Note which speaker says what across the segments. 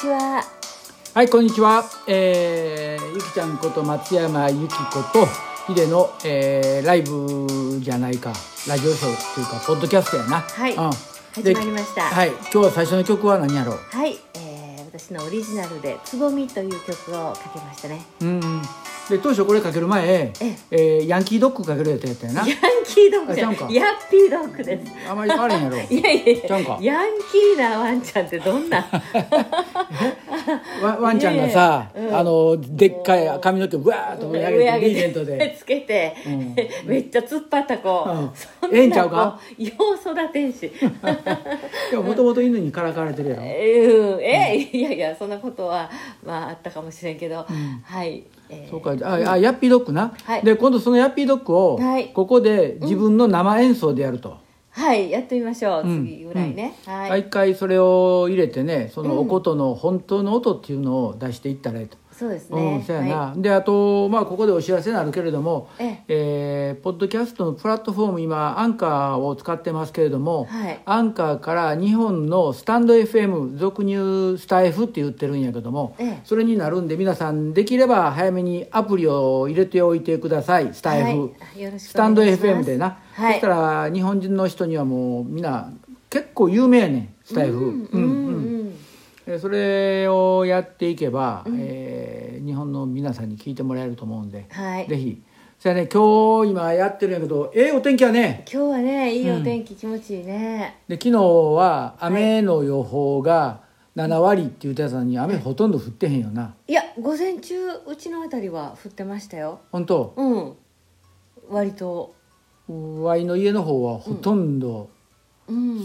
Speaker 1: ちは。
Speaker 2: はい、こんにちは。えーゆきちゃんこと松山ゆき子と、ヒデの、えーライブじゃないか、ラジオショーっていうか、ポッドキャストやな。
Speaker 1: はい
Speaker 2: うん。
Speaker 1: 始まりました
Speaker 2: はい、今日は最初の曲は何やろう。
Speaker 1: はい、えー、私のオリジナルでつぼみという曲をかけましたね。
Speaker 2: うんうん。で、当初これかける前、
Speaker 1: え
Speaker 2: えーヤンキードッグかけるやつやったよな
Speaker 1: ヤン。キードッグじゃん
Speaker 2: あちゃうんか
Speaker 1: ヤッピードッグです。
Speaker 2: あまり変わらんやろ。
Speaker 1: いやいや
Speaker 2: ちゃうんか
Speaker 1: ヤンキーなワンちゃんってどん な
Speaker 2: ワンワンちゃんがさ、
Speaker 1: いやいやうん
Speaker 2: あの、でっかい髪の毛をわーっと盛り上げて、リーゼン トで。
Speaker 1: つけて、めっちゃ突っ張った子、
Speaker 2: うん
Speaker 1: そんな子
Speaker 2: ええんちゃうか
Speaker 1: よう育てん し
Speaker 2: でも、もともと犬にからかわれてるやろ。
Speaker 1: うんえいやいやそんなことはまああったかもしれんけど、はい、えー
Speaker 2: そうか、あ、あ、ヤッピードッグな。
Speaker 1: はい
Speaker 2: で、今度そのヤッピードッグを
Speaker 1: はい、
Speaker 2: ここで自分の生演奏でやると。
Speaker 1: はいやってみましょう、
Speaker 2: うん
Speaker 1: 次ぐらいね、はい、
Speaker 2: 毎回それを入れてね、そのお琴の本当の音っていうのを出していったらいいと。
Speaker 1: そうです
Speaker 2: うん、
Speaker 1: ね、
Speaker 2: そうやな、
Speaker 1: は
Speaker 2: であとまあここでお知らせになるけれども
Speaker 1: ええ
Speaker 2: えーポッドキャストのプラットフォーム今アンカーを使ってますけれども、
Speaker 1: はい
Speaker 2: アンカーから日本のスタンド FM 俗入スタイフって言ってるんやけども、
Speaker 1: ええ
Speaker 2: それになるんで皆さんできれば早めにアプリを入れておいてくださいスタイフ、
Speaker 1: はいよろしくお願いします
Speaker 2: スタンド FM でな、
Speaker 1: はい
Speaker 2: そしたら日本人の人にはもうみんな結構有名やねんスタイフ
Speaker 1: うんうんうん
Speaker 2: えーそれをやっていけば、えー日本の皆さんに聞いてもらえると思うんで、
Speaker 1: はい
Speaker 2: ぜひそれね今日今やってるんやけどええお天気やね
Speaker 1: 今日はねいいお天気、気持ちいいね
Speaker 2: で昨日は雨の予報が7割って言ってたのに雨ほとんど降ってへんよない
Speaker 1: や午前中うちのあたりは降ってましたよ
Speaker 2: 本当
Speaker 1: うん割と
Speaker 2: ワイの家の方はほとんど、
Speaker 1: うん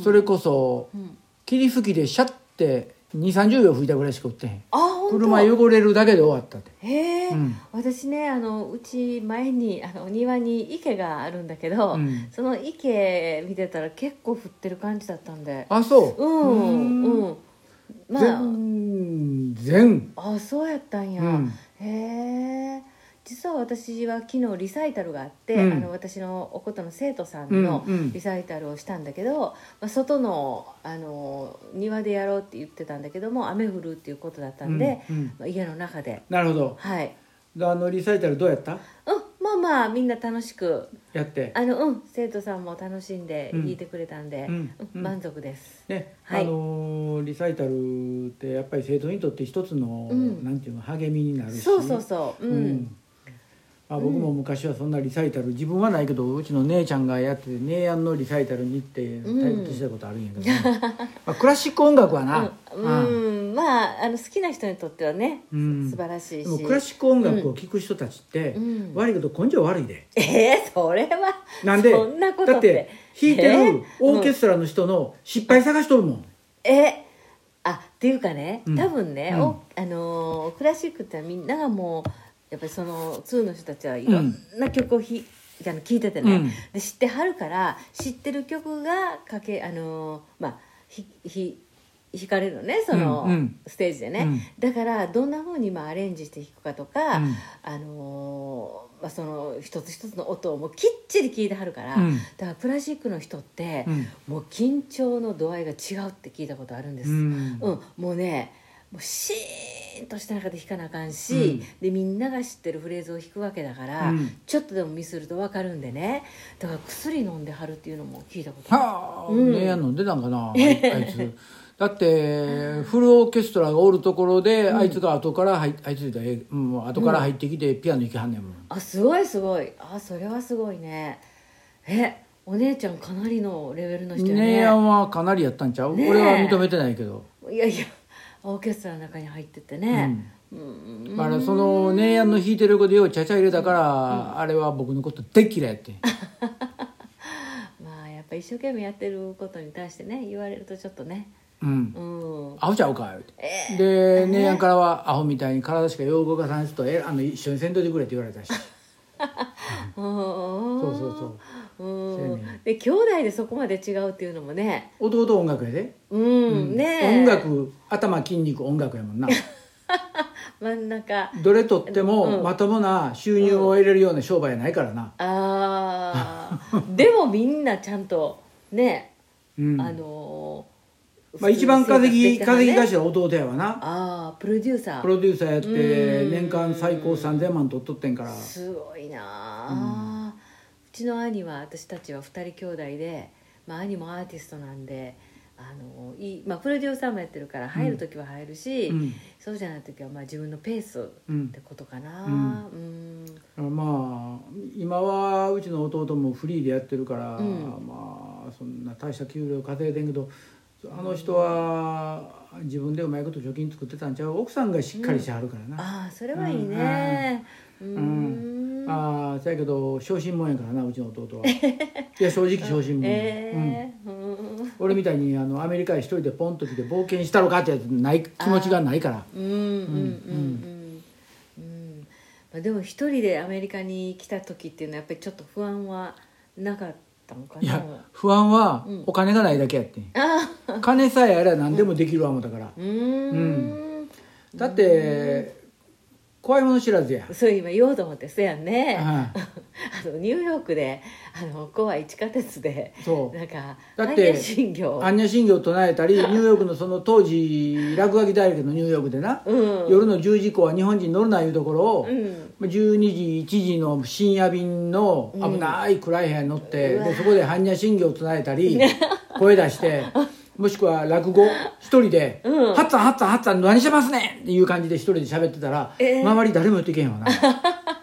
Speaker 2: それこそ
Speaker 1: うん
Speaker 2: 霧吹きでシャッて2 3 0秒吹いたぐらいしか降ってへん
Speaker 1: あ本当
Speaker 2: 車汚れるだけで終わったって
Speaker 1: へえ、
Speaker 2: うん
Speaker 1: 私ねあのうち前にあのお庭に池があるんだけど、
Speaker 2: うん
Speaker 1: その池見てたら結構降ってる感じだったんで
Speaker 2: あそう
Speaker 1: うん
Speaker 2: うーん
Speaker 1: うんまあ
Speaker 2: 全然
Speaker 1: あそうやったんや、
Speaker 2: うん
Speaker 1: へえ実は私は昨日リサイタルがあって、
Speaker 2: うん
Speaker 1: あの私のおことの生徒さんの
Speaker 2: うんうん
Speaker 1: リサイタルをしたんだけど、まあ、外のあの庭でやろうって言ってたんだけども雨降るっていうことだったんで、
Speaker 2: うんうん
Speaker 1: まあ家の中で
Speaker 2: なるほど
Speaker 1: はい、
Speaker 2: であのリサイタルどうやった
Speaker 1: うん、まあまあみんな楽しく
Speaker 2: やって、
Speaker 1: あの、うん、生徒さんも楽しんで
Speaker 2: うん
Speaker 1: 弾いてくれたんで、
Speaker 2: うん
Speaker 1: うん満足です、
Speaker 2: ね
Speaker 1: はい
Speaker 2: あのーリサイタルってやっぱり生徒にとって一つの、
Speaker 1: うん
Speaker 2: なんていうの励みになるし
Speaker 1: そうそうそううん、
Speaker 2: まあ、僕も昔はそんなリサイタル自分はないけどうちの姉ちゃんがやってて姉やんのリサイタルに行って
Speaker 1: うん
Speaker 2: 退屈したことあるんやけどね、まあ、クラシック音楽はな、
Speaker 1: うん
Speaker 2: うん
Speaker 1: うんまああの好きな人にとってはね、
Speaker 2: うん
Speaker 1: 素晴らしい
Speaker 2: で
Speaker 1: し
Speaker 2: もクラシック音楽を聴く人たちって、
Speaker 1: うん
Speaker 2: 悪いけど根性悪いで。
Speaker 1: えー、それは
Speaker 2: なんで
Speaker 1: そんなこと
Speaker 2: だって弾いて
Speaker 1: え
Speaker 2: るオーケストラの人の失敗探しとるもん、
Speaker 1: えーあっていうかね
Speaker 2: うん
Speaker 1: 多分ね、
Speaker 2: うん
Speaker 1: おあのークラシックってみんながもうやっぱりその通の人たちはいろんな曲をひ、あの聴いててね、
Speaker 2: うん
Speaker 1: で知ってはるから知ってる曲がかけあのーまあひひ弾かれるのねその、
Speaker 2: うんうん
Speaker 1: ステージでね、
Speaker 2: うん
Speaker 1: だからどんなふうにまあアレンジして弾くかとか、
Speaker 2: うん
Speaker 1: あのーまあ、その一つ一つの音をもうきっちり聞いてはるから、
Speaker 2: うん
Speaker 1: だからプラシックの人って、
Speaker 2: うん
Speaker 1: もう緊張の度合いが違うって聞いたことあるんです、
Speaker 2: うん
Speaker 1: うんもうねもうシーンとした中で弾かなあかんし、
Speaker 2: うん
Speaker 1: でみんなが知ってるフレーズを弾くわけだから、
Speaker 2: うん
Speaker 1: ちょっとでもミスると分かるんでねだから薬飲んではるっていうのも聞いたことある
Speaker 2: はあ、
Speaker 1: うん
Speaker 2: ねえやんの出たんかなあいあいつだってフルオーケストラがおるところで、あいつが後から入っあいつ言うたらええうんもう後から入ってきてピアノ行きはんねんもん、
Speaker 1: あすごいすごいあそれはすごいねえお姉ちゃんかなりのレベルの人よ
Speaker 2: ねえ
Speaker 1: ね
Speaker 2: やんはかなりやったんちゃう、
Speaker 1: ねえ
Speaker 2: 俺は認めてないけど、
Speaker 1: いやいやオーケストラの中に入ってってね、うん
Speaker 2: だからそのねえやんの弾いてる子でようちゃちゃ入れたから、あれは僕のことでっきらやってん
Speaker 1: まあやっぱ一生懸命やってることに対してね言われるとちょっとね
Speaker 2: うん
Speaker 1: うん
Speaker 2: アホちゃうか言うて、
Speaker 1: え
Speaker 2: で姉やんからはアホみたいに体しか用語がさんすとえあの一緒にせんといてくれって言わ れたし
Speaker 1: そ
Speaker 2: そうそうそう
Speaker 1: う
Speaker 2: そうや
Speaker 1: ん
Speaker 2: ね
Speaker 1: で兄弟でそこまで違うっていうのもね
Speaker 2: 弟音楽やで
Speaker 1: うん、ねえ
Speaker 2: 音楽頭筋肉音楽 やもんな
Speaker 1: 真ん中
Speaker 2: どれとって
Speaker 1: う
Speaker 2: も
Speaker 1: ん
Speaker 2: まともな収入を得れるような商売やないからな、
Speaker 1: あーでもみんなちゃんとね、
Speaker 2: うん
Speaker 1: あのー
Speaker 2: まあ、一番稼
Speaker 1: 普
Speaker 2: ぎ
Speaker 1: 通に
Speaker 2: 稼
Speaker 1: 生活でき
Speaker 2: ぎ
Speaker 1: たらね
Speaker 2: 頭弟やわな
Speaker 1: ああプロデューサ
Speaker 2: プ
Speaker 1: ー
Speaker 2: ロデューサーやって年間最高3000万取っとってんから
Speaker 1: すごいなあ、うちの兄は私たちは二人兄弟で、まあ、兄もアーティストなんであのいい、まあ、プロデューサーもやってるから入る時は入るし、
Speaker 2: うん
Speaker 1: そうじゃない時はまあ自分のペース
Speaker 2: うん
Speaker 1: ってことかな、
Speaker 2: う
Speaker 1: うんん
Speaker 2: まあ今はうちの弟もフリーでやってるから、
Speaker 1: うん
Speaker 2: まあそんな大した給料稼いでんけどあの人は自分でうまいこと貯金作ってたんちゃう奥さんがしっかりしはるからな、
Speaker 1: ああそれはいいねうん、うん
Speaker 2: ああそやけど小心者やからなうちの 弟はいや正直小心者、うん、
Speaker 1: ええうん
Speaker 2: 俺みたいにあのアメリカへ一人でポンと来て冒険したろかってやつない気持ちがないから
Speaker 1: うんうんうんうんうんまあでも一人でアメリカに来た時っていうのはやっぱりちょっと不安はなかったのか
Speaker 2: いや
Speaker 1: な
Speaker 2: 不安はお金がないだけやってん、
Speaker 1: ああ
Speaker 2: 金さえあれば何でもできるわもだから、
Speaker 1: うーん
Speaker 2: だって怖いもの知らずや、
Speaker 1: そう今言おうと思ってそやんね あ
Speaker 2: は
Speaker 1: のニューヨークであの怖い地下鉄で
Speaker 2: いそう
Speaker 1: なんか
Speaker 2: だっ
Speaker 1: 般
Speaker 2: て
Speaker 1: 若心経
Speaker 2: 般若心経を唱えた りニューヨークのその当時落書きだらけのニューヨークでな、
Speaker 1: うん
Speaker 2: 夜の10時以降は日本人乗るないうところを、
Speaker 1: うん
Speaker 2: まあ12時1時の深夜便の危ない暗い部屋に乗って、
Speaker 1: うんう
Speaker 2: で
Speaker 1: わ
Speaker 2: そこで般若心経を唱え たり声出してもしくは落語一人で「
Speaker 1: うん
Speaker 2: ハッツァンハッツァンハッツァン何してますねん!」っていう感じで一人で喋ってたら、
Speaker 1: えー
Speaker 2: 周り誰も言ってけへんわな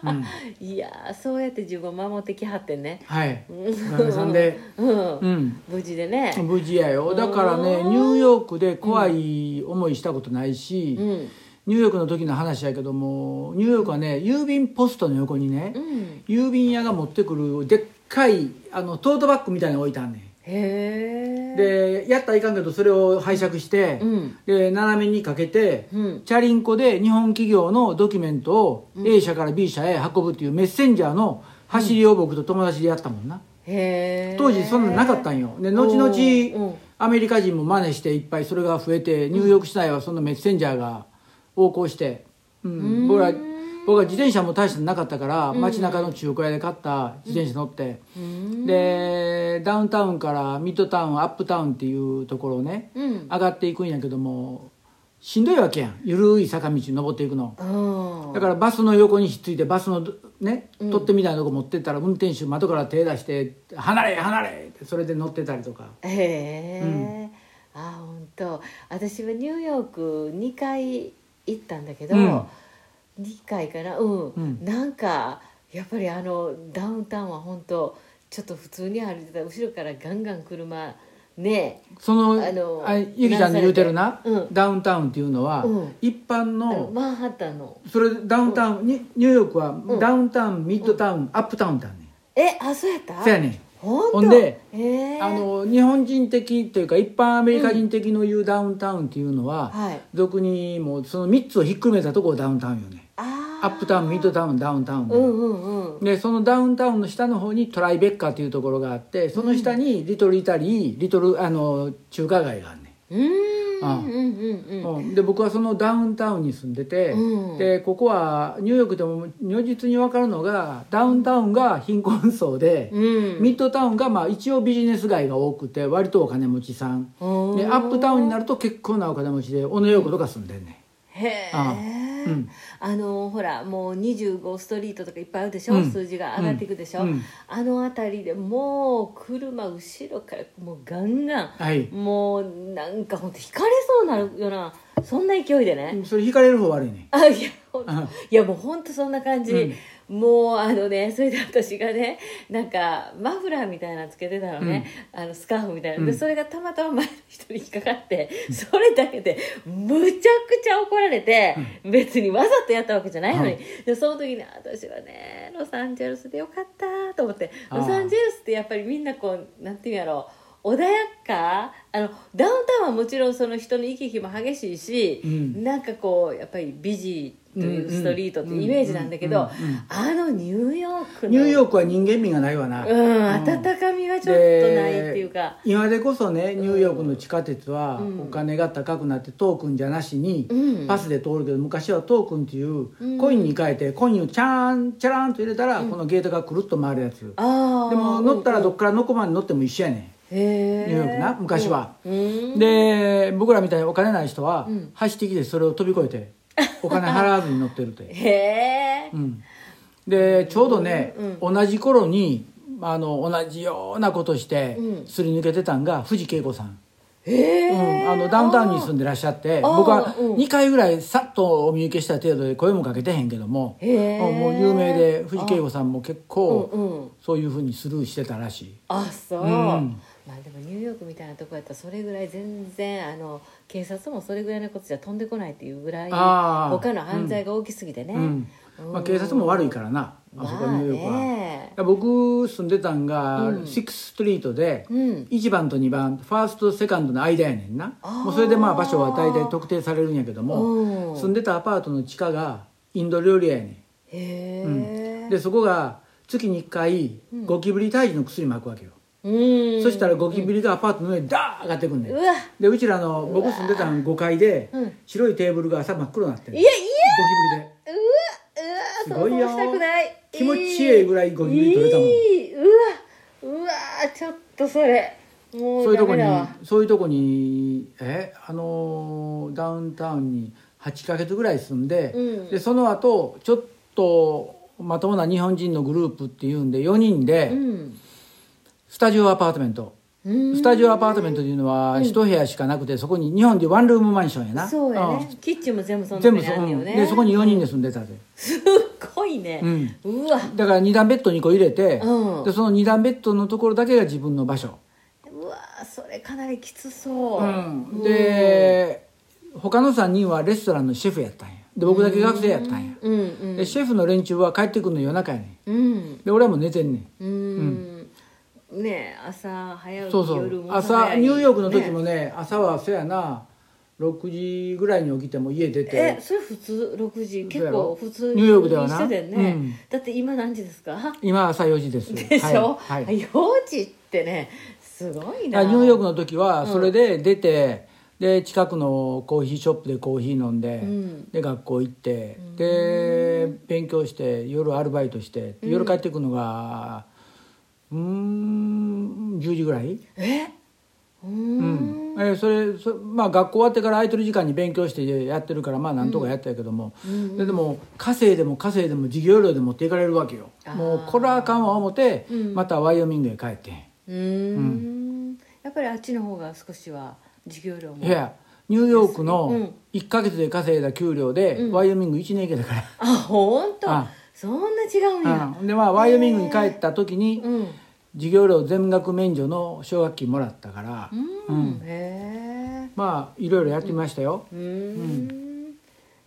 Speaker 2: うん
Speaker 1: いやーそうやって自分を守ってきはってね
Speaker 2: はいお
Speaker 1: うん
Speaker 2: かげさんで
Speaker 1: うん
Speaker 2: うん
Speaker 1: 無事でね
Speaker 2: 無事やよだからね
Speaker 1: うん
Speaker 2: ニューヨークで怖い思いしたことないし、
Speaker 1: うん
Speaker 2: ニューヨークの時の話やけどもニューヨークはね郵便ポストの横にね、
Speaker 1: うん
Speaker 2: 郵便屋が持ってくるでっかいあのトートバッグみたいなの置いてあんねん
Speaker 1: へえ
Speaker 2: でやったらいかんけどそれを拝借して、
Speaker 1: うん
Speaker 2: で斜めにかけて、
Speaker 1: うん
Speaker 2: チャリンコで日本企業のドキュメントを A 社から B 社へ運ぶっていうメッセンジャーの走りを僕と友達でやったもんな、
Speaker 1: へえ
Speaker 2: 当時そんなんなかったんよで後
Speaker 1: おーう
Speaker 2: 々
Speaker 1: ん
Speaker 2: アメリカ人も真似していっぱいそれが増えてニューヨーク市内はそのメッセンジャーが横行して、うん
Speaker 1: ん
Speaker 2: 僕ら僕は自転車も大したのなかったから街中の中古屋で買った自転車乗って、
Speaker 1: うん
Speaker 2: でダウンタウンからミッドタウンアップタウンっていうところをね
Speaker 1: うん
Speaker 2: 上がっていくんやけどもしんどいわけやんゆるい坂道登っていくの。
Speaker 1: うん
Speaker 2: だからバスの横にひっついてバスのどね取っ手みたいなとこ持ってったら運転手窓から手出して「離れ離れ!」ってそれで乗ってたりとか
Speaker 1: へえ、
Speaker 2: うん
Speaker 1: あ本当私はニューヨーク2回行ったんだけど、
Speaker 2: うん
Speaker 1: 2回かなうん、
Speaker 2: うん
Speaker 1: なんかやっぱりあのダウンタウンは本当ちょっと普通に歩いてたら後ろからガンガン車ね
Speaker 2: その
Speaker 1: あの
Speaker 2: あゆきちゃんの言うてるな、
Speaker 1: うん
Speaker 2: ダウンタウンっていうのは、
Speaker 1: うん
Speaker 2: 一般
Speaker 1: あの
Speaker 2: の
Speaker 1: マンハッタンの
Speaker 2: それダウンタウン、にニューヨークは
Speaker 1: ん
Speaker 2: ダウンタウン、ミッドタウン、アップタウンだねん
Speaker 1: えあそうやった
Speaker 2: そやねん
Speaker 1: ほん
Speaker 2: ほんで
Speaker 1: へえ
Speaker 2: あの日本人的というか一般アメリカ人的の言うダウンタウンっていうのは、
Speaker 1: はい
Speaker 2: 俗にもうその3つをひっくるめたとこをダウンタウンよね
Speaker 1: あ
Speaker 2: アップタウンミッドタウンダウンタウンで、
Speaker 1: うんうんうん
Speaker 2: でそのダウンタウンの下の方にトライベッカーというところがあってその下にリトルイタリーリトルあの中華街があんね
Speaker 1: う
Speaker 2: ん
Speaker 1: ーん
Speaker 2: あ
Speaker 1: うんうんうん
Speaker 2: うんで僕はそのダウンタウンに住んでて、
Speaker 1: うん
Speaker 2: でここはニューヨークでも如実に分かるのがダウンタウンが貧困層で、
Speaker 1: うん
Speaker 2: ミッドタウンがまあ一応ビジネス街が多くて割とお金持ちさん、
Speaker 1: うん
Speaker 2: でアップタウンになると結構なお金持ちで小野洋子とか住んでんね
Speaker 1: へえ
Speaker 2: ああうん
Speaker 1: あのほらもう25ストリートとかいっぱいあるでしょ、
Speaker 2: うん
Speaker 1: 数字が上がっていくでしょ、
Speaker 2: うんうん
Speaker 1: あの辺りでもう車後ろからもうガンガン、
Speaker 2: はい
Speaker 1: もうなんかほんと引かれそうになるようなそんな勢いでね、
Speaker 2: んそれ引かれる方悪いね
Speaker 1: あいやほんと
Speaker 2: あ
Speaker 1: いやもうほんとそんな感じ、もうあのねそれで私がねなんかマフラーみたいなのつけてたのね、あのスカーフみたいなで
Speaker 2: うん
Speaker 1: それがたまたま前の人に引っかかって、それだけでむちゃくちゃ怒られて、別にわざとやったわけじゃないのに、
Speaker 2: は
Speaker 1: でその時にあ私はねロサンゼルスでよかったと思って
Speaker 2: あー
Speaker 1: ロサンゼルスってやっぱりみんなこうなんていうんやろう穏やかあのダウンタウンはもちろんその人の行き来も激しいし、
Speaker 2: うん
Speaker 1: なんかこうやっぱりビジーというストリートってイメージなんだけ
Speaker 2: うん
Speaker 1: ど
Speaker 2: うんうんうん
Speaker 1: あのニューヨークの
Speaker 2: ニューヨークは人間味がないわな、
Speaker 1: うん温かみがちょっとないっていうか
Speaker 2: で今でこそねニューヨークの地下鉄は
Speaker 1: うん
Speaker 2: お金が高くなってトークンじゃなしに
Speaker 1: うん
Speaker 2: パスで通るけど昔はトークンって
Speaker 1: う
Speaker 2: いうんコインに変えてコインをチャーンチャラーンと入れたらこのゲートがくるっと回るやつ
Speaker 1: ああ
Speaker 2: でも乗ったら
Speaker 1: ど
Speaker 2: どっからどこまで乗っても一緒やね
Speaker 1: へえ
Speaker 2: ニューヨークな昔は
Speaker 1: うん
Speaker 2: で僕らみたいにお金ない人は
Speaker 1: うん
Speaker 2: 走ってきてそれを飛び越 えてお金払わずに乗ってるって
Speaker 1: へえ
Speaker 2: うん、でちょうどね、
Speaker 1: う
Speaker 2: 同じ頃にあの同じようなことして
Speaker 1: うん
Speaker 2: すり抜けてたんが藤恵子さん、
Speaker 1: へ
Speaker 2: う
Speaker 1: え
Speaker 2: ん、あのダウンタウンに住んでらっしゃっ
Speaker 1: あ
Speaker 2: て
Speaker 1: ー
Speaker 2: 僕は
Speaker 1: うん
Speaker 2: 2回ぐらいさっとお見受けした程度で声もかけてへんけども、
Speaker 1: へえ
Speaker 2: うんもう有名で藤恵子さんも結構
Speaker 1: うんうん
Speaker 2: そういうふうにスルーしてたらしい。
Speaker 1: あそう、
Speaker 2: うん
Speaker 1: まあでもニューヨークみたいなとこやったらそれぐらい全然あの警察もそれぐらいのことじゃ飛んでこないっていうぐらい
Speaker 2: あー
Speaker 1: 他の犯罪が大きすぎてね、
Speaker 2: うん
Speaker 1: うん
Speaker 2: まあ、警察も悪いからな、あそこニューヨークは、
Speaker 1: まあね
Speaker 2: 僕住んでたんが
Speaker 1: うん
Speaker 2: 6ストリートで、
Speaker 1: うん
Speaker 2: 1番と2番ファーストセカンドの間やねんな
Speaker 1: あー
Speaker 2: もうそれでまあ場所は大体特定されるんやけど
Speaker 1: う
Speaker 2: も
Speaker 1: ん
Speaker 2: 住んでたアパートの地下がインド料理屋やね
Speaker 1: へえ、
Speaker 2: んでそこが月に1回
Speaker 1: うん
Speaker 2: ゴキブリ退治の薬まくわけよ、
Speaker 1: うん
Speaker 2: そしたらゴキブリがアパートの上にダーッ上がってくんねん
Speaker 1: うわ
Speaker 2: でうちらの僕住んでたん5階で
Speaker 1: うん
Speaker 2: 白いテーブルが朝真っ黒になってる
Speaker 1: いやいや
Speaker 2: ゴキブリで
Speaker 1: うわうわ
Speaker 2: すごいよ
Speaker 1: 想像したくない
Speaker 2: 気持ちいいぐらいゴキブリ取れたもん
Speaker 1: いいうわうわちょっとそれもう
Speaker 2: そういうとこに
Speaker 1: ダメだわ
Speaker 2: そういうとこにえあのーダウンタウンに8ヶ月ぐらい住んで、
Speaker 1: うん
Speaker 2: でその後ちょっとまともな日本人のグループっていうんで4人で、
Speaker 1: うん
Speaker 2: スタジオアパートメント、
Speaker 1: うん
Speaker 2: スタジオアパートメントというのは一部屋しかなくて、そこに日本でワンルームマンションやな
Speaker 1: そうやね、キッチンも全部そ
Speaker 2: うんん
Speaker 1: な
Speaker 2: 全
Speaker 1: に
Speaker 2: 部そ,、
Speaker 1: あんねよ
Speaker 2: ん、
Speaker 1: ね
Speaker 2: でそこに4人で住んでたで、
Speaker 1: すっごいね
Speaker 2: う、ん、
Speaker 1: うわ
Speaker 2: だから2段ベッド2個入れて、
Speaker 1: うん
Speaker 2: でその2段ベッドのところだけが自分の場所、
Speaker 1: うわそれかなりきつそう、
Speaker 2: うん、で他の3人はレストランのシェフやったんやで僕だけ学生やったんや
Speaker 1: うんうん
Speaker 2: でシェフの連中は帰ってくるの夜中やね
Speaker 1: うん
Speaker 2: んで俺はもう寝てんねん
Speaker 1: うん、ねえ朝早起き
Speaker 2: そうそ
Speaker 1: 夜
Speaker 2: う
Speaker 1: も
Speaker 2: 朝
Speaker 1: 早い
Speaker 2: ニューヨークの時もね朝はそやな6時ぐらいに起きても家出
Speaker 1: え
Speaker 2: て
Speaker 1: それ普通6時
Speaker 2: そう
Speaker 1: 結
Speaker 2: や
Speaker 1: 構
Speaker 2: ろ
Speaker 1: 普通
Speaker 2: ニューヨークではな
Speaker 1: してたよね、
Speaker 2: うん
Speaker 1: だって今何時ですか
Speaker 2: 今朝4時です
Speaker 1: でしょ、
Speaker 2: はいはい、
Speaker 1: 4時ってねすごい
Speaker 2: ニ
Speaker 1: な
Speaker 2: ューヨークの時はそれで出て、で近くのコーヒーショップでコーヒー飲んで、
Speaker 1: うん
Speaker 2: で学校行って、で勉強して夜アルバイトして夜帰ってくるのがうんん10時ぐらい、
Speaker 1: えうーん
Speaker 2: うんえーそれそまあ学校終わってから空いてる時間に勉強してやってるからまあなんとかやったけども、ででも稼いでも稼いでも授業料で持っていかれるわけよ
Speaker 1: あー
Speaker 2: もうこらあかんわ思って、
Speaker 1: うん
Speaker 2: またワイオミングへ帰って
Speaker 1: うーんやっぱりあっちの方が少しは授業料も
Speaker 2: いやニューヨーク
Speaker 1: う
Speaker 2: の
Speaker 1: ん
Speaker 2: 1か月で稼いだ給料で、
Speaker 1: ん
Speaker 2: ワイオミング1年行けだから。
Speaker 1: あ本当
Speaker 2: あ
Speaker 1: そんな違うんや、
Speaker 2: うんでまあワイオミングに帰った時に
Speaker 1: うんうん
Speaker 2: 授業料全額免除の奨学金もらったから、うん
Speaker 1: へえ
Speaker 2: まあいろいろやってみましたよ、
Speaker 1: うーん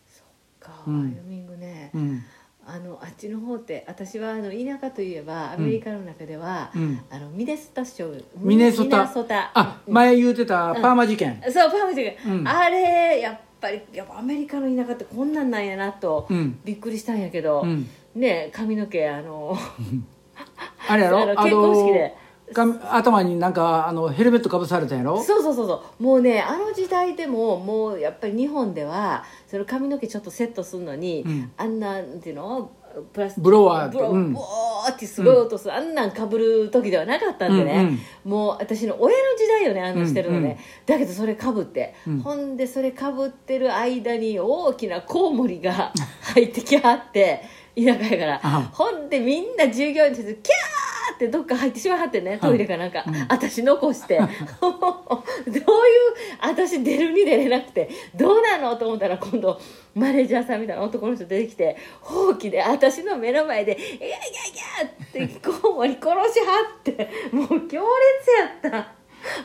Speaker 1: そっか、
Speaker 2: うん
Speaker 1: ワイオミングね、
Speaker 2: うん
Speaker 1: あのあっちの方って私はあの田舎といえばアメリカの中では、
Speaker 2: うん
Speaker 1: あのミネソタ州
Speaker 2: ミネソタ
Speaker 1: ミネソタ
Speaker 2: あ前言うてたパーマ事件、
Speaker 1: そうパームジェ
Speaker 2: うん
Speaker 1: あれやっぱりやっぱアメリカの田舎ってこんなんなんやなと、
Speaker 2: うん
Speaker 1: びっくりしたんやけど、
Speaker 2: うん
Speaker 1: ねえ髪の毛あの
Speaker 2: あれやろ
Speaker 1: あの結婚式で
Speaker 2: あのか頭になんかあのヘルメットかぶされたやろ
Speaker 1: そうそうそうそうもうねあの時代でももうやっぱり日本ではその髪の毛ちょっとセットするのに、
Speaker 2: うん
Speaker 1: あんななんていうのプラス
Speaker 2: ブロワーって
Speaker 1: ブロ
Speaker 2: うん
Speaker 1: ボーってすごい音する、あんなんかぶる時ではなかったんでね、もう私の親の時代よねあのしてるのね、
Speaker 2: うんうん
Speaker 1: だけどそれかぶって、
Speaker 2: うん
Speaker 1: ほんでそれかぶってる間に大きなコウモリが入ってきはって田舎やから
Speaker 2: あ
Speaker 1: ほんでみんな従業員たちキャーってどっか入ってしまいはってねトイレかなんか、
Speaker 2: うん
Speaker 1: 私残して どういう私出るに出れなくてどうなのと思ったら今度マネージャーさんみたいな男の人出てきてほうきで私の目の前で「いやいやいや!」ってコウモリ殺しはってもう強烈やった。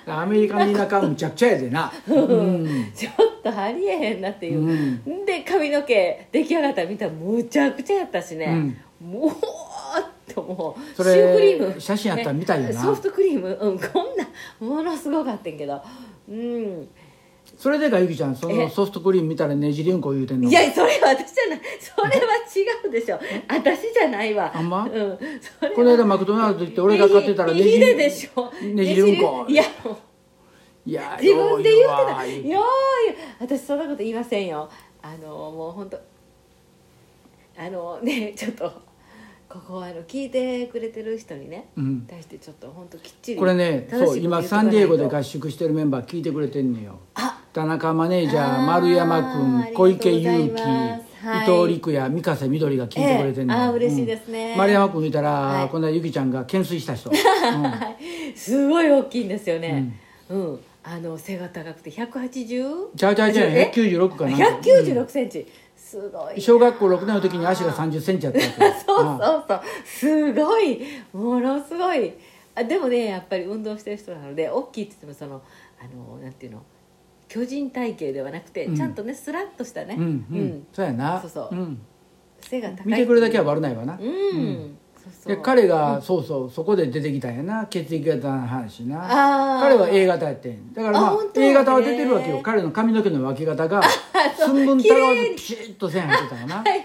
Speaker 2: アメリカの田舎はむちゃくちゃやでな、うん
Speaker 1: ちょっとありえへんなっていう、ん、で髪の毛出来上がったら見たらむちゃくちゃやったしね、もうっともう
Speaker 2: それ
Speaker 1: シュークリーム
Speaker 2: 写真やったら見たいよな
Speaker 1: ねソフトクリーム、うん、こんなものすごかったんけどうん
Speaker 2: それでかゆきちゃんその
Speaker 1: え
Speaker 2: ソフトクリーム見たらねじりうんこ言うてんの
Speaker 1: いやそれは私じゃないそれは違うでしょ私じゃないわ
Speaker 2: あん
Speaker 1: う
Speaker 2: ま
Speaker 1: ん、それは
Speaker 2: この間マクドナルド行って俺が買ってたら
Speaker 1: ね
Speaker 2: ね
Speaker 1: じ
Speaker 2: じ
Speaker 1: れでしょ
Speaker 2: ねじりうんこ
Speaker 1: ねじりいや
Speaker 2: いや
Speaker 1: 自分で言って
Speaker 2: ようわ
Speaker 1: たよーい私そんなこと言いませんよあのもう本当あのねちょっとここあの聞いてくれてる人にね、
Speaker 2: うん
Speaker 1: 対してちょっと本当きっちり
Speaker 2: これね
Speaker 1: 正しいこ
Speaker 2: そう
Speaker 1: と
Speaker 2: 今
Speaker 1: 言っとかな
Speaker 2: サ
Speaker 1: い
Speaker 2: ン
Speaker 1: と
Speaker 2: ディエゴで合宿してるメンバー聞いてくれてんのよ
Speaker 1: あ
Speaker 2: 田中マネージャ
Speaker 1: あ
Speaker 2: ー
Speaker 1: ー
Speaker 2: 丸山
Speaker 1: あ
Speaker 2: 君
Speaker 1: りがと
Speaker 2: 小
Speaker 1: うござ
Speaker 2: 池
Speaker 1: い
Speaker 2: 祐
Speaker 1: ま
Speaker 2: 希、
Speaker 1: すはい
Speaker 2: 伊藤陸也三笠みどりが聞いてくれてんのよ、
Speaker 1: ええあー嬉しいですね
Speaker 2: うん丸山君言うたら、
Speaker 1: はい
Speaker 2: この間ゆきちゃんが懸垂し た人、
Speaker 1: すごい大きいんですよねうん、あの背が高くて 180?
Speaker 2: ちゃうちゃうちゃう
Speaker 1: え
Speaker 2: 196かな
Speaker 1: 196センチ、すごい
Speaker 2: 小学校6年の時に足が3 0ンチやったや つ
Speaker 1: そう
Speaker 2: ああ
Speaker 1: そうそうすごいものすごいあでもねやっぱり運動してる人なので大きいって言ってもそのあのなんていうの巨人体型ではなくて、
Speaker 2: うん
Speaker 1: ちゃんとねスラッとしたね、
Speaker 2: うんうん、そうやな、
Speaker 1: そうそうん背が高い
Speaker 2: 見てくれだけは悪ないわな、
Speaker 1: うん、そうそう
Speaker 2: で彼が、そうそうそこで出てきたんやな血液型の話
Speaker 1: あ
Speaker 2: な
Speaker 1: ー
Speaker 2: 彼は A 型やってんだからまあ
Speaker 1: あ本当
Speaker 2: A 型は出てるわけよ
Speaker 1: ね
Speaker 2: 彼の髪の毛の分 け方が寸分たがわずピシッと線入ってたよな
Speaker 1: はい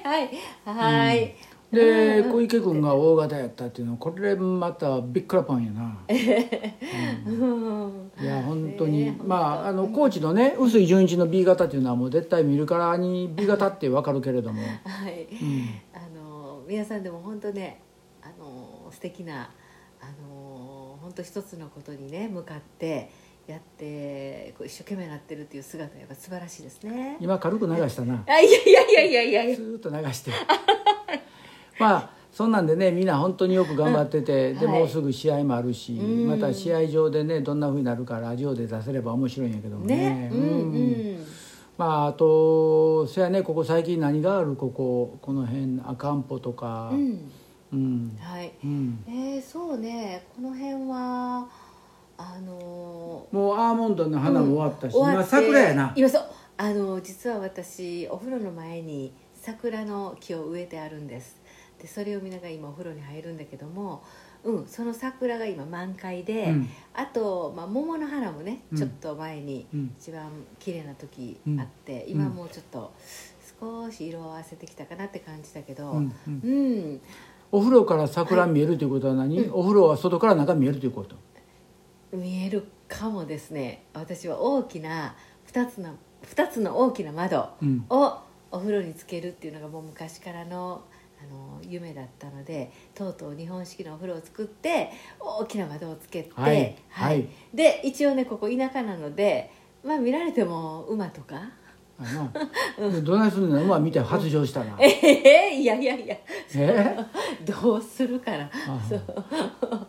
Speaker 1: はいはい、
Speaker 2: で小池君が O 型やったっていうのこれまたびっくらパンや な
Speaker 1: うん
Speaker 2: いや本当に、
Speaker 1: ねえ
Speaker 2: まああのコーチのね臼井純一の B 型っていうのはもう絶対見るからに B 型って分かるけれども、
Speaker 1: はい、
Speaker 2: うん
Speaker 1: あの皆さんでも本当ねあの素敵なあの本当一つのことにね向かってやってこう一生懸命なってるっていう姿やっぱ素晴らしいですね。
Speaker 2: 今軽く流したな
Speaker 1: あいやいやいやいやいや
Speaker 2: ずーっと流して まあそんなんでねみんな本当によく頑張ってて、で
Speaker 1: はい
Speaker 2: もうすぐ試合もあるし、
Speaker 1: うん
Speaker 2: また試合上でねどんなふうになるかラジオで出せれば面白いんやけどもね
Speaker 1: ねうんうん
Speaker 2: まああとそやねここ最近何があるこここの辺赤んぽとか
Speaker 1: うん
Speaker 2: うん
Speaker 1: はい
Speaker 2: うん
Speaker 1: えー、そうねこの辺はあの
Speaker 2: もうアーモンドの花も終わったし、
Speaker 1: 終わ
Speaker 2: 今
Speaker 1: って
Speaker 2: 桜やな
Speaker 1: 今そうあの実は私お風呂の前に桜の木を植えてあるんですでそれを見ながら今お風呂に入るんだけどもうんその桜が今満開で、
Speaker 2: うん
Speaker 1: あと、まあ、桃の花もね
Speaker 2: うん
Speaker 1: ちょっと前に
Speaker 2: うん
Speaker 1: 一番綺麗な時
Speaker 2: うん
Speaker 1: あって、
Speaker 2: ん
Speaker 1: 今もうちょっと少し色を合わせてきたかなって感じだけど
Speaker 2: う
Speaker 1: うんん、
Speaker 2: うんお風呂から桜見えるということは何、お風呂は外から中見えるということ
Speaker 1: 見えるかもですね私は大きな2つの2つの大きな窓、
Speaker 2: うん
Speaker 1: をお風呂につけるっていうのがもう昔からのあの夢だったのでとうとう日本式のお風呂を作って大きな窓をつけて、
Speaker 2: はいはい
Speaker 1: で一応ねここ田舎なので、まあ、見られても馬とか
Speaker 2: あ の、どないすんのまあ見て発情したな
Speaker 1: えへへいやいやいや
Speaker 2: え
Speaker 1: どうするかな
Speaker 2: あ
Speaker 1: そう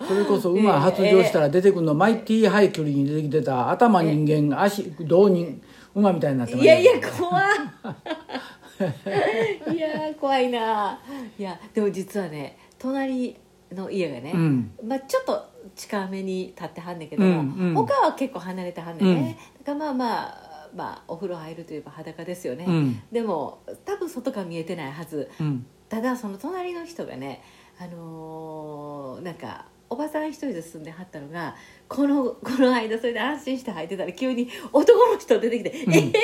Speaker 2: それこそ馬発情したら出てくるの、マイティーハイキュリーに出てきてた頭人間、足同人馬みたいになって
Speaker 1: いやいや怖いいやー怖いないやでも実はね隣の家がね、
Speaker 2: うん
Speaker 1: まあ、ちょっと近めに立ってはんねんけど
Speaker 2: う
Speaker 1: も、
Speaker 2: んうん
Speaker 1: 他は結構離れてはんねんね、だからまあまあまあお風呂入るといえば裸ですよね、
Speaker 2: うん
Speaker 1: でも多分外から見えてないはず
Speaker 2: うん
Speaker 1: ただその隣の人がねあのーなんかおばさん一人で住んではったのがこのこの間それで安心して入ってたら急に男の人出てきて「ええー、えらいこ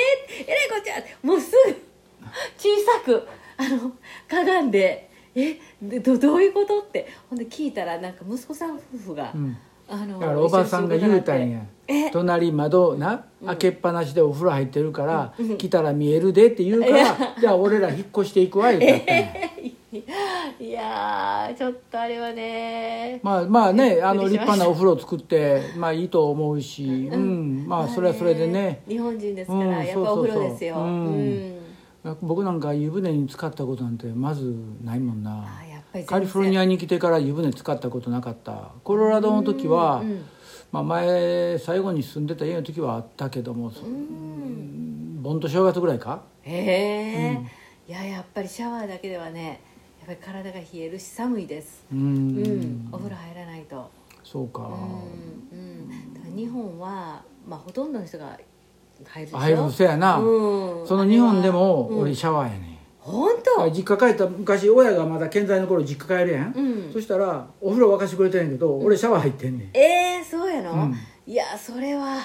Speaker 1: っちゃ!」もうすぐ小さくあのかがんで「えでどどういうこと?」ってほんで聞いたらなんか息子さん夫婦が、
Speaker 2: うん
Speaker 1: あの
Speaker 2: だからおばさんが言うたんや
Speaker 1: え
Speaker 2: 隣窓な開けっぱなしでお風呂入ってるから、
Speaker 1: うん
Speaker 2: 来たら見えるでって言うからじゃあ俺ら引っ越していくわ言うたったんや
Speaker 1: いやーちょっとあれはね
Speaker 2: まあまあねあの立
Speaker 1: びっくりしました
Speaker 2: 派なお風呂を作ってまあいいと思うし、うんまあそれはそれでね
Speaker 1: 日本人ですから、
Speaker 2: うん
Speaker 1: やっぱお風呂ですよ
Speaker 2: そうそうそううん
Speaker 1: うん
Speaker 2: 僕なんか湯船に浸かったことなんてまずないもんな
Speaker 1: あやっぱり全然
Speaker 2: カリフォルニアに来てから湯船使ったことなかったコロラドの時は、
Speaker 1: うん
Speaker 2: まあ、前最後に住んでた家の時はあったけども、そ
Speaker 1: うん
Speaker 2: 盆と正月ぐらいか
Speaker 1: へえ、いややっぱりシャワーだけではねやっぱり体が冷えるし寒いです
Speaker 2: うん
Speaker 1: うん、お風呂入らないと
Speaker 2: そうか、
Speaker 1: うんうんだから日本はまあほとんどの人が入るでしょ
Speaker 2: 入るせやな、
Speaker 1: うん
Speaker 2: その日本でも
Speaker 1: うん
Speaker 2: 俺シャワーやね、ん
Speaker 1: 本
Speaker 2: だから
Speaker 1: 当
Speaker 2: 実家帰った昔親がまだ健在の頃実家帰るやん、
Speaker 1: うん
Speaker 2: そしたらお風呂沸かしてくれてんやけど、俺シャワー入ってんねん
Speaker 1: えー、そうやの、
Speaker 2: うん
Speaker 1: いやそれは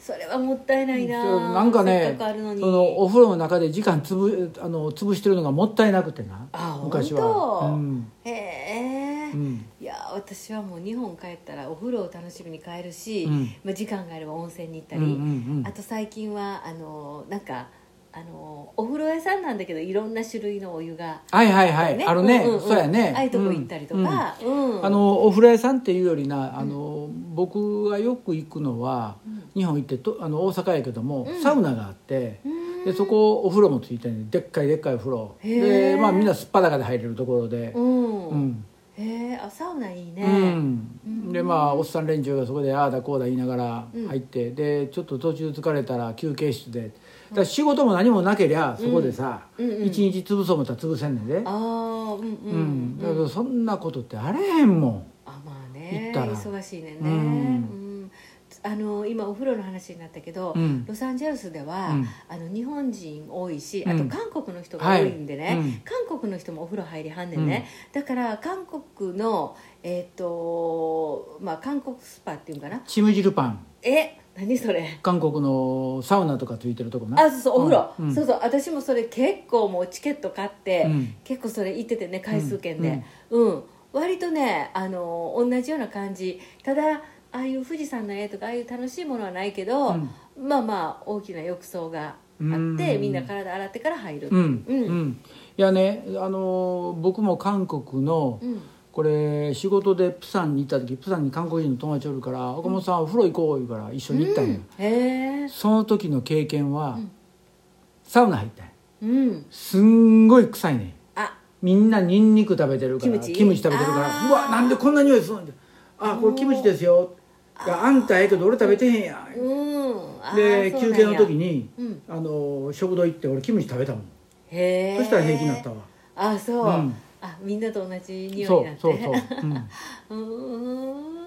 Speaker 1: それはもったいないな
Speaker 2: そうなんか
Speaker 1: せ
Speaker 2: ね
Speaker 1: っかくあるのに
Speaker 2: そのお風呂の中で時間つぶあの潰してるのがもったいなくてな
Speaker 1: あ
Speaker 2: 昔
Speaker 1: 本
Speaker 2: は、
Speaker 1: 当
Speaker 2: うん
Speaker 1: へえ、
Speaker 2: うん
Speaker 1: いや私はもう日本帰ったらお風呂を楽しみに帰るし、
Speaker 2: うん
Speaker 1: まあ、時間があれば温泉に行った
Speaker 2: う
Speaker 1: り、
Speaker 2: んうんうん
Speaker 1: あと最近はあのなんかあのお風呂屋さんなんだけどいろんな種類のお湯が、
Speaker 2: はいはいはい、あるね、
Speaker 1: んんん
Speaker 2: そうやね
Speaker 1: ああいうとこ行ったりと
Speaker 2: うんうん
Speaker 1: か、うん
Speaker 2: あのお風呂屋さんっていうよりなあの、僕がよく行くのは、日本行ってとあの大阪やけども、サウナがあって、
Speaker 1: うん
Speaker 2: でそこお風呂もついてんねでっかいでっかいお風呂
Speaker 1: へー
Speaker 2: で、まあ、みんなすっぱだかで入れるところで、
Speaker 1: うん
Speaker 2: うん
Speaker 1: へえあサウナいいね、
Speaker 2: うん、でまあおっさん連中がそこでああだこうだ言いながら入って、でちょっと途中疲れたら休憩室でだから仕事も何もなけりゃそこでさ一、
Speaker 1: うんうんうん
Speaker 2: 日潰そう思ったら潰せんねんで、
Speaker 1: ああうんう
Speaker 2: うんん、だけどそんなことってあれへんもん。
Speaker 1: あまあね
Speaker 2: 行ったら
Speaker 1: 忙しいねんね、う
Speaker 2: うんん
Speaker 1: あの今お風呂の話になったけど、
Speaker 2: うん
Speaker 1: ロサンゼルスでは、
Speaker 2: うん
Speaker 1: あの日本人多いし、
Speaker 2: うん
Speaker 1: あと韓国の人が多いんでね、
Speaker 2: はいうん
Speaker 1: 韓国の人もお風呂入りはんねんね、だから韓国のえっ、とまあ韓国スパっていうんかな
Speaker 2: チムジルパン
Speaker 1: え何それ
Speaker 2: 韓国のサウナとかついてるとこな
Speaker 1: あそうそうお風呂、
Speaker 2: うんうん
Speaker 1: そうそう私もそれ結構もうチケット買って、
Speaker 2: うん
Speaker 1: 結構それ行っててね回数券でうん、割とねあの同じような感じただああいう富士山の絵とかああいう楽しいものはないけど、
Speaker 2: うん
Speaker 1: まあまあ大きな浴槽があって、
Speaker 2: うん
Speaker 1: みんな体洗ってから入る
Speaker 2: うん
Speaker 1: う
Speaker 2: うんん、いやねあのー僕も韓国の、
Speaker 1: うん
Speaker 2: これ仕事でプサンに行った時プサンに韓国人の友達おるから「岡本さんお風呂行こう」言うから一緒に行ったんや、
Speaker 1: へえ
Speaker 2: その時の経験は、
Speaker 1: ん
Speaker 2: サウナ入ったんや
Speaker 1: うん
Speaker 2: すんごい臭いねん
Speaker 1: あ
Speaker 2: みんなニンニク食べてるから
Speaker 1: キムチ
Speaker 2: 食べてるから
Speaker 1: あー
Speaker 2: うわなんでこんな匂いするんだあこれキムチですよいやあんたええけど俺食べてへんやん
Speaker 1: うんあー
Speaker 2: で
Speaker 1: そうなん
Speaker 2: 休
Speaker 1: や
Speaker 2: 憩の時に、
Speaker 1: うん
Speaker 2: あの食堂行って俺キムチ食べたもん、
Speaker 1: へえ
Speaker 2: そしたら平気になったわ
Speaker 1: あそう、
Speaker 2: うん
Speaker 1: あみんなと同じ匂いに
Speaker 2: そう
Speaker 1: なって
Speaker 2: そうそう、うん、
Speaker 1: うーんそう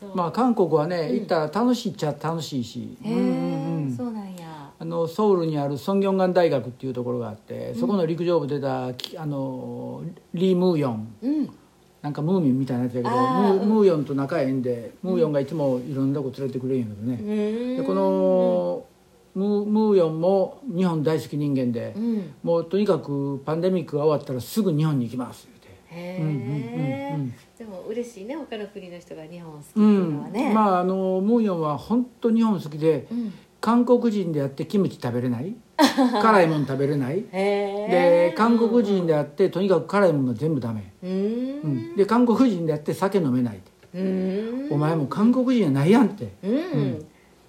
Speaker 1: そう
Speaker 2: まあ韓国はね
Speaker 1: うん
Speaker 2: 行ったら楽しいっちゃ楽しいし、
Speaker 1: へえ、
Speaker 2: うんうんうん
Speaker 1: そうなんや
Speaker 2: あのソウルにあるソンギョンガン大学っていうところがあってそこの陸上部出た、きあのリー・ムーヨン
Speaker 1: うん
Speaker 2: なんかムーミンみたいなやつやけどム
Speaker 1: あー
Speaker 2: ー,、
Speaker 1: うん
Speaker 2: ムーヨンと仲ええんでムーヨンがいつもいろんなとこ連れてくれるんやけどね、で
Speaker 1: で
Speaker 2: このムームーヨンも日本大好き人間で、
Speaker 1: うん
Speaker 2: もうとにかくパンデミックが終わったらすぐ日本に行きますって言うて。
Speaker 1: へ
Speaker 2: うんうん
Speaker 1: え、
Speaker 2: うんうん
Speaker 1: でも嬉しいね他の国の人が日本好きって
Speaker 2: う
Speaker 1: いうの
Speaker 2: ん
Speaker 1: はね、
Speaker 2: まああのムーヨンは本当日本好きで、
Speaker 1: うん
Speaker 2: 韓国人であってキムチ食べ れない辛いもん食べれない
Speaker 1: へえ
Speaker 2: で韓国人であってとにかく辛いもんが全部ダメ、
Speaker 1: うー
Speaker 2: うんんで韓国人であって酒飲めない、
Speaker 1: うーん
Speaker 2: お前もう韓国人やないやんって、
Speaker 1: うん、
Speaker 2: うん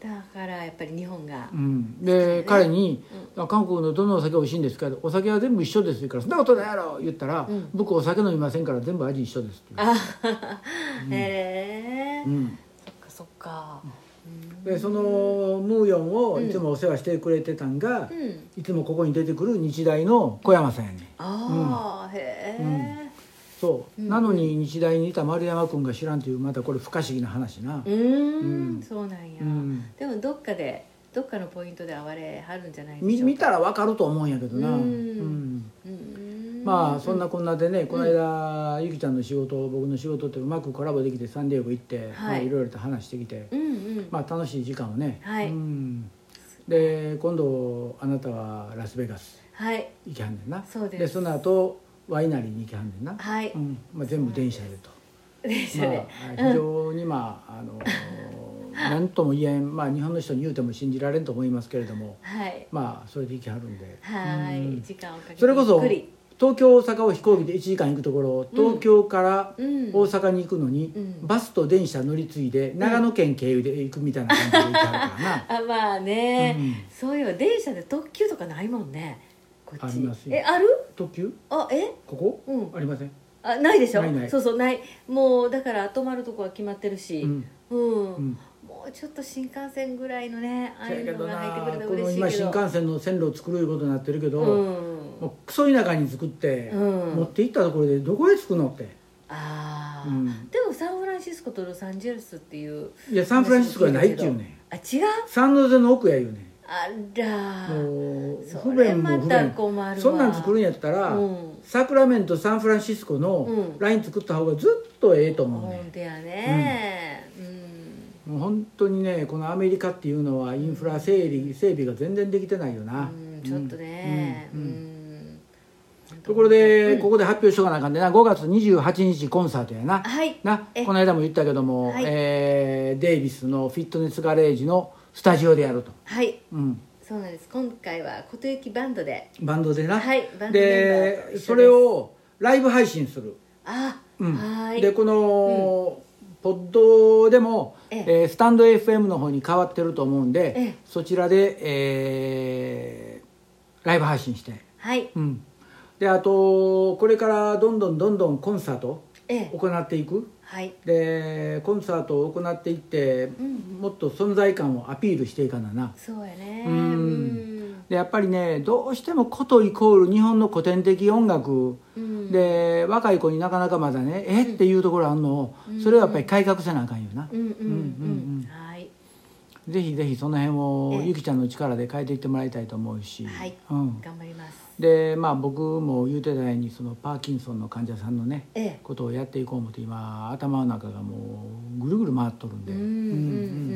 Speaker 1: だからやっぱり日本が
Speaker 2: うん、で彼に、あ韓国のどのお酒美味しいんですか?」お酒は全部一緒です」から「そんなことないやろ」言ったら、
Speaker 1: うん
Speaker 2: 僕お酒飲みませんから全部味一緒です」って言う
Speaker 1: あははへえ、
Speaker 2: うん
Speaker 1: そっかそっかうん
Speaker 2: でそのムーヨンをいつもお世話してくれてたん
Speaker 1: う
Speaker 2: が、
Speaker 1: ん
Speaker 2: いつもここに出てくる日大の小山さんやねん
Speaker 1: ああ、へえ
Speaker 2: そう、なのに日大にいた丸山君が知らんというまたこれ不可思議な話な
Speaker 1: う、ーん
Speaker 2: うん
Speaker 1: そうなんや、
Speaker 2: うん
Speaker 1: でもどっかでどっかのポイントで会われはるんじゃないで
Speaker 2: み
Speaker 1: しょうか
Speaker 2: 見たらわかると思うんやけどな、
Speaker 1: うん
Speaker 2: うん
Speaker 1: うーん
Speaker 2: まあそんなこんなでね、この間ゆきちゃんの仕事僕の仕事ってうまくコラボできてサンディエゴ行って、
Speaker 1: はい
Speaker 2: まあ、いろいろと話してきて、
Speaker 1: うんうん、
Speaker 2: まあ、楽しい時間をね、
Speaker 1: はい
Speaker 2: うんで今度あなたはラスベガス
Speaker 1: はい
Speaker 2: 行きはんねんな
Speaker 1: そうです
Speaker 2: その後ワイナリーに行きはんねんな、
Speaker 1: はい、
Speaker 2: うんまあ、全部電車でと。
Speaker 1: ですよ
Speaker 2: ま
Speaker 1: ね、
Speaker 2: あ、非常にまああの何とも言えん、まあ、日本の人に言うても信じられんと思いますけれども
Speaker 1: はい
Speaker 2: まあそれで行きはるんで
Speaker 1: はい、
Speaker 2: うん
Speaker 1: 時間をかけて
Speaker 2: それこそ
Speaker 1: ゆっくり
Speaker 2: 東京大阪を飛行機で1時間行くところを東京から
Speaker 1: う
Speaker 2: 大
Speaker 1: ん
Speaker 2: 阪に行くのに、
Speaker 1: うん
Speaker 2: バスと電車乗り継いで長野県経由で行くみたいな感じで行きはるからな
Speaker 1: あまあ ね、
Speaker 2: うん
Speaker 1: そういえば電車で特急とかないもんねこっち
Speaker 2: ありますよ
Speaker 1: えある
Speaker 2: 特急
Speaker 1: あえ
Speaker 2: ここ、
Speaker 1: うん
Speaker 2: ありません、
Speaker 1: あないでしょ
Speaker 2: ないない
Speaker 1: そうそうないもうだから泊まるとこは決まってるし
Speaker 2: うん
Speaker 1: うん
Speaker 2: うん、
Speaker 1: もうちょっと新幹線ぐらいのねああ
Speaker 2: せ
Speaker 1: い
Speaker 2: や
Speaker 1: う
Speaker 2: け
Speaker 1: の
Speaker 2: ど
Speaker 1: が
Speaker 2: な
Speaker 1: 入ってくれた
Speaker 2: こ
Speaker 1: ら
Speaker 2: の
Speaker 1: 嬉しいけど
Speaker 2: 今新幹線の線路を作るいうことになってるけど、
Speaker 1: うん
Speaker 2: もうクソ田舎に作って、
Speaker 1: うん
Speaker 2: 持って行ったところでどこへ着くのって、
Speaker 1: ああ、
Speaker 2: うん
Speaker 1: でもサンフランシスコとロサンゼルスっていう
Speaker 2: いやサンフランシスコはないっていうね
Speaker 1: あ違う
Speaker 2: サンノゼの奥や言うね
Speaker 1: あらー
Speaker 2: もう
Speaker 1: そ
Speaker 2: 不
Speaker 1: れ
Speaker 2: 便
Speaker 1: ま
Speaker 2: も不
Speaker 1: た
Speaker 2: 便
Speaker 1: 困るわ
Speaker 2: そんなん作るんやったら、
Speaker 1: うん
Speaker 2: サクラメントサンフランシスコの
Speaker 1: うん
Speaker 2: ライン作った方がずっとええと思う
Speaker 1: ほ
Speaker 2: ね
Speaker 1: ん、とやねうん、
Speaker 2: もう本当にねこのアメリカっていうのはインフラ整理整備が全然できてないよ
Speaker 1: う
Speaker 2: な、
Speaker 1: んちょっとねう、
Speaker 2: うんんうんところで、ここで発表しとかなあかんでな5月28日コンサートやな
Speaker 1: はい
Speaker 2: な
Speaker 1: え
Speaker 2: この間も言ったけども、
Speaker 1: はい
Speaker 2: えーデイビスのフィットネスガレージのスタジオでやると、
Speaker 1: はい
Speaker 2: うん、
Speaker 1: そうなんです今回は琴雪バンドで
Speaker 2: バンドでな、
Speaker 1: はいバンドメンバーと一緒で
Speaker 2: ですそれをライブ配信する、
Speaker 1: あ、
Speaker 2: うん
Speaker 1: はーい
Speaker 2: でこの、ポッドでも、
Speaker 1: ええ
Speaker 2: えースタンド FM の方に変わってると思うんで、
Speaker 1: ええ
Speaker 2: そちらで、えーライブ配信して、
Speaker 1: はい
Speaker 2: うん、であとこれからどんどんどんどんコンサート
Speaker 1: ええ
Speaker 2: を行っていく
Speaker 1: はい
Speaker 2: でコンサートを行っていって、
Speaker 1: ん
Speaker 2: もっと存在感をアピールしていかなな
Speaker 1: そうやね
Speaker 2: うん
Speaker 1: うん
Speaker 2: でやっぱりねどうしても琴イコール日本の古典的音楽、
Speaker 1: うん
Speaker 2: で若い子になかなかまだねえっていうところあんのを、それはやっぱり改革せなあかんよな、
Speaker 1: うんうんうん
Speaker 2: うん
Speaker 1: はい
Speaker 2: ぜひぜひその辺を
Speaker 1: ええ
Speaker 2: ゆきちゃんの力で変えていってもらいたいと思うし、
Speaker 1: はい
Speaker 2: うん、
Speaker 1: 頑張ります
Speaker 2: でまあ僕も言うてたようにそのパーキンソンの患者さんのね
Speaker 1: ええ
Speaker 2: ことをやっていこう思って今頭の中がもうぐるぐる回っとるんで
Speaker 1: うんうんう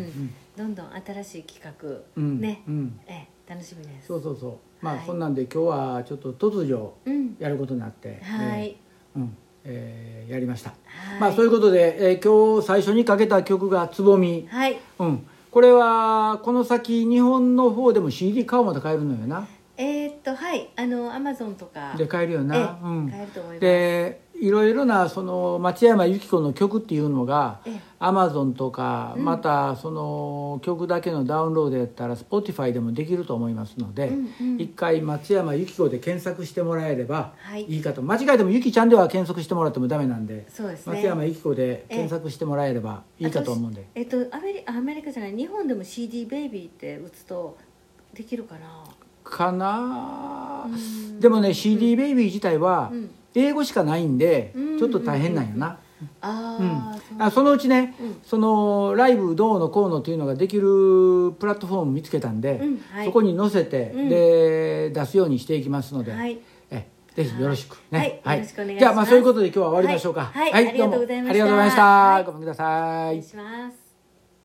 Speaker 1: んどんどん新しい企
Speaker 2: う
Speaker 1: 画
Speaker 2: ん
Speaker 1: ね
Speaker 2: うん、
Speaker 1: ええ楽しみです
Speaker 2: そうそうそうまあ、
Speaker 1: はい
Speaker 2: そんなんで今日はちょっと突如
Speaker 1: うん
Speaker 2: やることになって、
Speaker 1: はい
Speaker 2: えーうんえーやりました、
Speaker 1: はい
Speaker 2: まあ、そういうことで、えー今日最初にかけた曲が「つぼみ
Speaker 1: はい」
Speaker 2: うん、これはこの先日本の方でも CD 買うまた買えるのよな
Speaker 1: えーっとはいあのアマゾンとか
Speaker 2: で買えるよな、
Speaker 1: ええ
Speaker 2: うん、
Speaker 1: 買えると思います
Speaker 2: でいろいろなその松山由紀子の曲っていうのが
Speaker 1: ええ
Speaker 2: アマゾンとか、またその曲だけのダウンロードやったら Spotify でもできると思いますので、
Speaker 1: うんうん
Speaker 2: 一回松山由紀子で検索してもらえれば
Speaker 1: はい
Speaker 2: いいかと、間違えてもゆきちゃんでは検索してもらってもダメなんで
Speaker 1: そうですね
Speaker 2: 松山由紀子で検索してもらえればいいかと思うんで、
Speaker 1: えっとアメリアメリカじゃない日本でも CD ベイビーって打つとできるかな
Speaker 2: かなあ
Speaker 1: うん
Speaker 2: でもね CD ベイビー自体は
Speaker 1: うん
Speaker 2: 英語しかないんで
Speaker 1: うん
Speaker 2: ちょっと大変なんよな、
Speaker 1: ああ、
Speaker 2: うん、あそのうちね、
Speaker 1: うん
Speaker 2: そのライブどうのこうのっていうのができるプラットフォーム見つけたんで、
Speaker 1: うんはい
Speaker 2: そこに載せて、
Speaker 1: うん
Speaker 2: で出すようにしていきますので、
Speaker 1: はい
Speaker 2: えぜひよろしくね、
Speaker 1: はいよろしくお願いします
Speaker 2: じゃあまあそういうことで今日は終わりましょうか
Speaker 1: はいはいあり
Speaker 2: ど
Speaker 1: が
Speaker 2: も
Speaker 1: とうございました
Speaker 2: ありがとうございました、
Speaker 1: はい
Speaker 2: ごめんくださ
Speaker 1: お願
Speaker 2: い
Speaker 1: いします